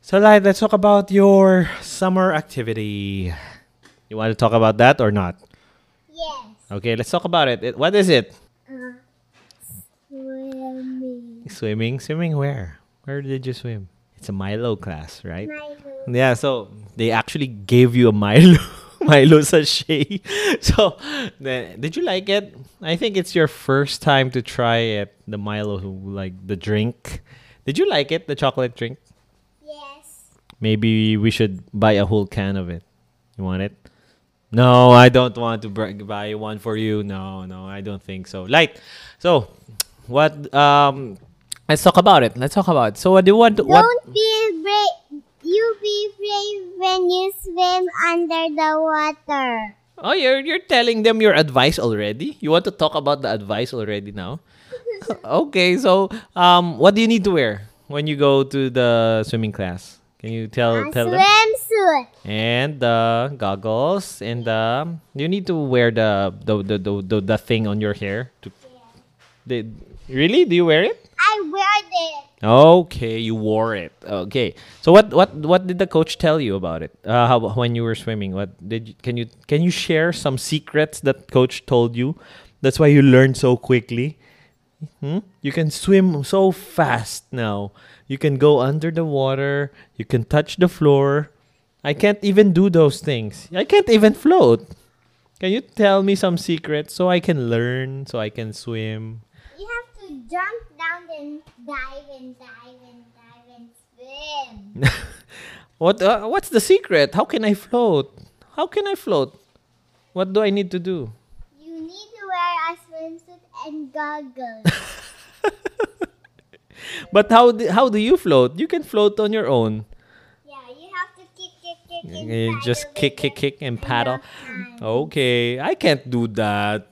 So, Light, let's talk about your summer activity. You want to talk about that or not? Yes. Okay, let's talk about it. It- What is it? Uh, swimming. Swimming? Swimming where? Where did you swim? It's a Milo class, right? Milo. Yeah, so they actually gave you a Milo Milo sachet. So, the- did you like it? I think it's your first time to try it, the Milo like the drink. Did you like it, the chocolate drink? Yes. Maybe we should buy a whole can of it. You want it? No, I don't want to br- buy one for you. No, no, I don't think so. Light. So, what um let's talk about it. Let's talk about it. So, what do you want to, what Don't be brave. You be brave when you swim under the water. Oh, you're you're telling them your advice already? You want to talk about the advice already now? okay, so um, what do you need to wear when you go to the swimming class? Can you tell A tell them? swimsuit. And the goggles and the you need to wear the the the the, the, the thing on your hair. To, they, really? Do you wear it? I wear it. Okay, you wore it. Okay. So what what what did the coach tell you about it? Uh, how, when you were swimming, what did you, can you can you share some secrets that coach told you? That's why you learned so quickly. Hmm? You can swim so fast now. You can go under the water. You can touch the floor. I can't even do those things. I can't even float. Can you tell me some secrets so I can learn, so I can swim? You have to jump down and dive and dive and dive and swim. What uh, what's the secret? How can I float? How can I float? What do I need to do? You need to wear a swimsuit and goggles. But how do, how do you float? You can float on your own. yeah, you have to kick, kick, kick, and You just paddle kick with kick kick and it paddle. enough time. Okay, I can't do that.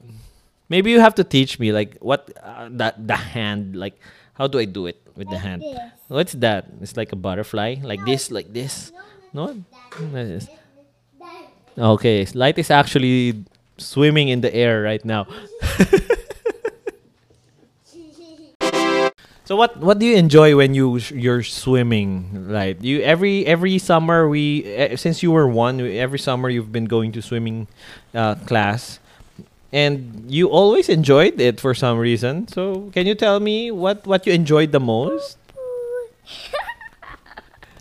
Maybe you have to teach me like what uh, that the hand like how do I do it with the Like hand? this. What's that? It's like a butterfly, like this, like this. No, No. Yes. that- Okay, Light is actually swimming in the air right now. So what what do you enjoy when you sh- you're swimming? Like you every every summer we eh, since you were one we- every summer you've been going to swimming uh, class, and you always enjoyed it for some reason. So can you tell me what what you enjoyed the most?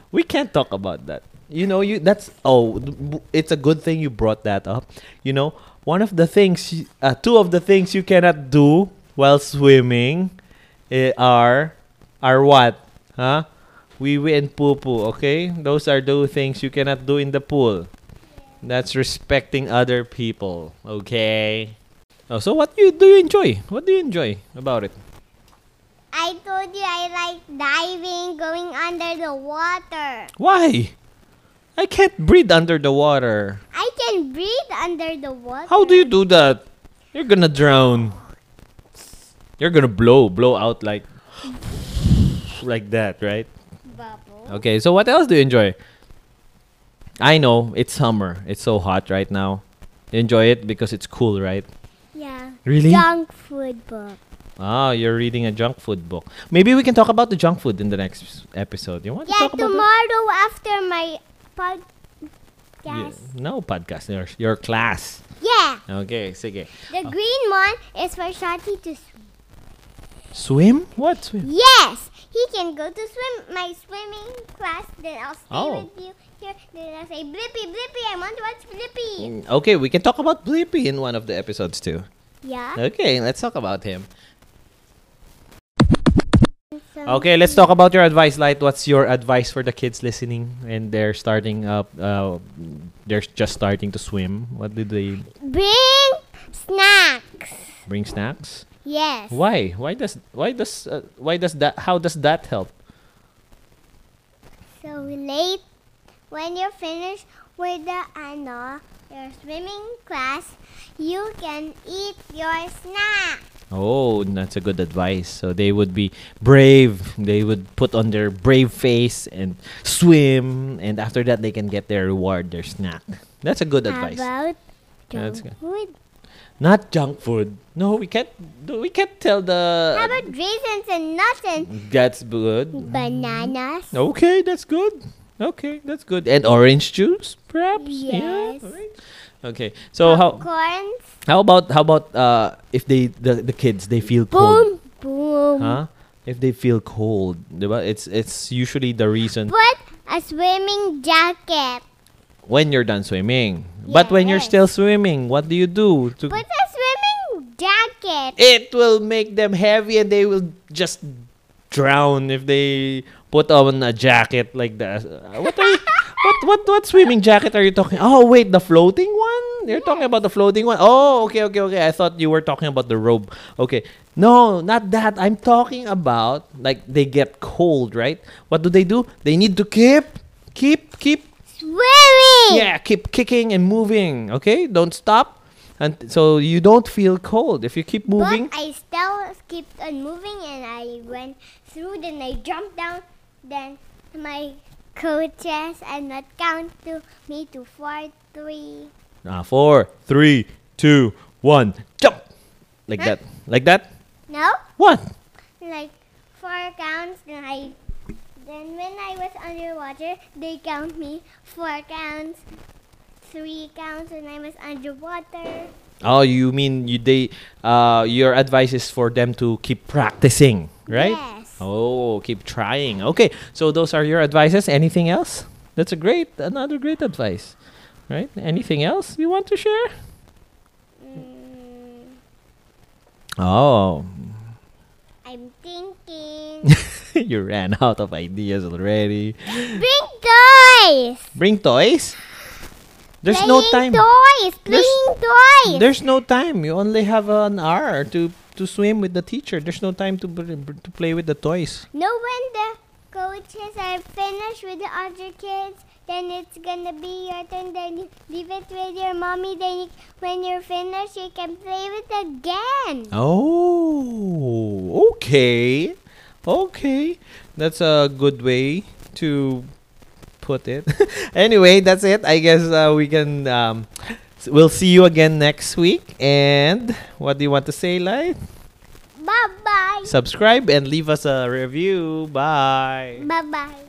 We can't talk about that. You know, you that's oh, th- b- it's a good thing you brought that up. You know, one of the things, y- uh, two of the things you cannot do while swimming, eh, are, are what, huh? Wee wee and poo poo. Okay, those are two things you cannot do in the pool. That's respecting other people. Okay. Oh, so what you do you enjoy? What do you enjoy about it? I told you I like diving, going under the water. Why? I can't breathe under the water. I can breathe under the water. How do you do that? You're gonna drown. You're gonna blow, blow out like like that, right? bubble? Okay, so what else do you enjoy? I know, it's summer. It's so hot right now. You enjoy it because it's cool, right? Yeah. Really? Junk food book. Ah, you're reading a junk food book. Maybe we can talk about the junk food in the next episode. You want to Yeah, talk about that? tomorrow after my podcast. Yeah, no podcast. Your, your class. Yeah, Okay, sige. the green one is for Shanti to swim. Swim? What swim? Yes, he can go to swim my swimming class. Then I'll stay Oh. with you here. Then I'll say, Blippi, Blippi, I want to watch Blippi. Okay, we can talk about Blippi in one of the episodes too. Yeah. Okay, let's talk about him. Okay, let's talk about your advice, Light. What's your advice for the kids listening and they're starting up? Uh, they're just starting to swim. What did they Bring snacks. bring? Snacks? Yes. Why? Why does why does uh, why does that? How does that help? So late when you're finished with the ano, your swimming class, you can eat your snack. Oh, that's a good advice. So they would be brave. They would put on their brave face and swim, and after that they can get their reward, their snack. That's a good advice. How about Yeah, junk that's good. food? Not junk food. No, we can't. do- We can't tell the. How about raisins and nuts and That's good. bananas? Okay, that's good. Okay, that's good. And orange juice, perhaps. Yes. alright. Okay. So how Popcorns. how about how about uh if they the, the kids they feel cold, Boom, boom. huh? If they feel cold, diba? it's it's usually the reason Put a swimming jacket. when you're done swimming. But when you're Yes. still swimming, what do you do? To Put a swimming jacket. it will make them heavy and they will just drown if they put on a jacket like that. Uh, What are you, what what what swimming jacket are you talking? Oh wait, the floating one? You're talking about the floating one? Oh, okay, okay, okay. I thought you were talking about the robe. Okay. No, not that. I'm talking about like they get cold, right? What do they do? They need to keep keep keep Swimming. yeah, keep kicking and moving, okay? Don't stop. And so you don't feel cold if you keep moving. But I still kept on moving and I went through, then I jumped down. Then my coaches and not count to me to four, three. Ah, four, three, two, one, jump! Like Huh? that. Like that? No? What? Like four counts, then I. Then when I was underwater, they count me four counts, three counts when I was underwater. Oh, you mean you they uh your advice is for them to keep practicing, right? Yes. Oh, keep trying. Okay. So those are your advices. Anything else? That's a great another great advice. Right? Anything else you want to share? Mm, Oh. I'm thinking. you ran out of ideas already. Bring toys! Bring toys? There's no time. Playing Toys, There's- playing toys. There's no time. You only have an hour to to swim with the teacher. There's no time to br- br- to play with the toys. no, when the coaches are finished with the other kids, then it's gonna be your turn. Then you leave it with your mommy. Then you, when you're finished, you can play with again. Uh. Oh, okay, okay. That's a good way to put it. anyway, that's it. I guess uh, we can. Um, s- we'll see you again next week. And what do you want to say, Lai? Bye bye. Subscribe and leave us a review. Bye. Bye bye.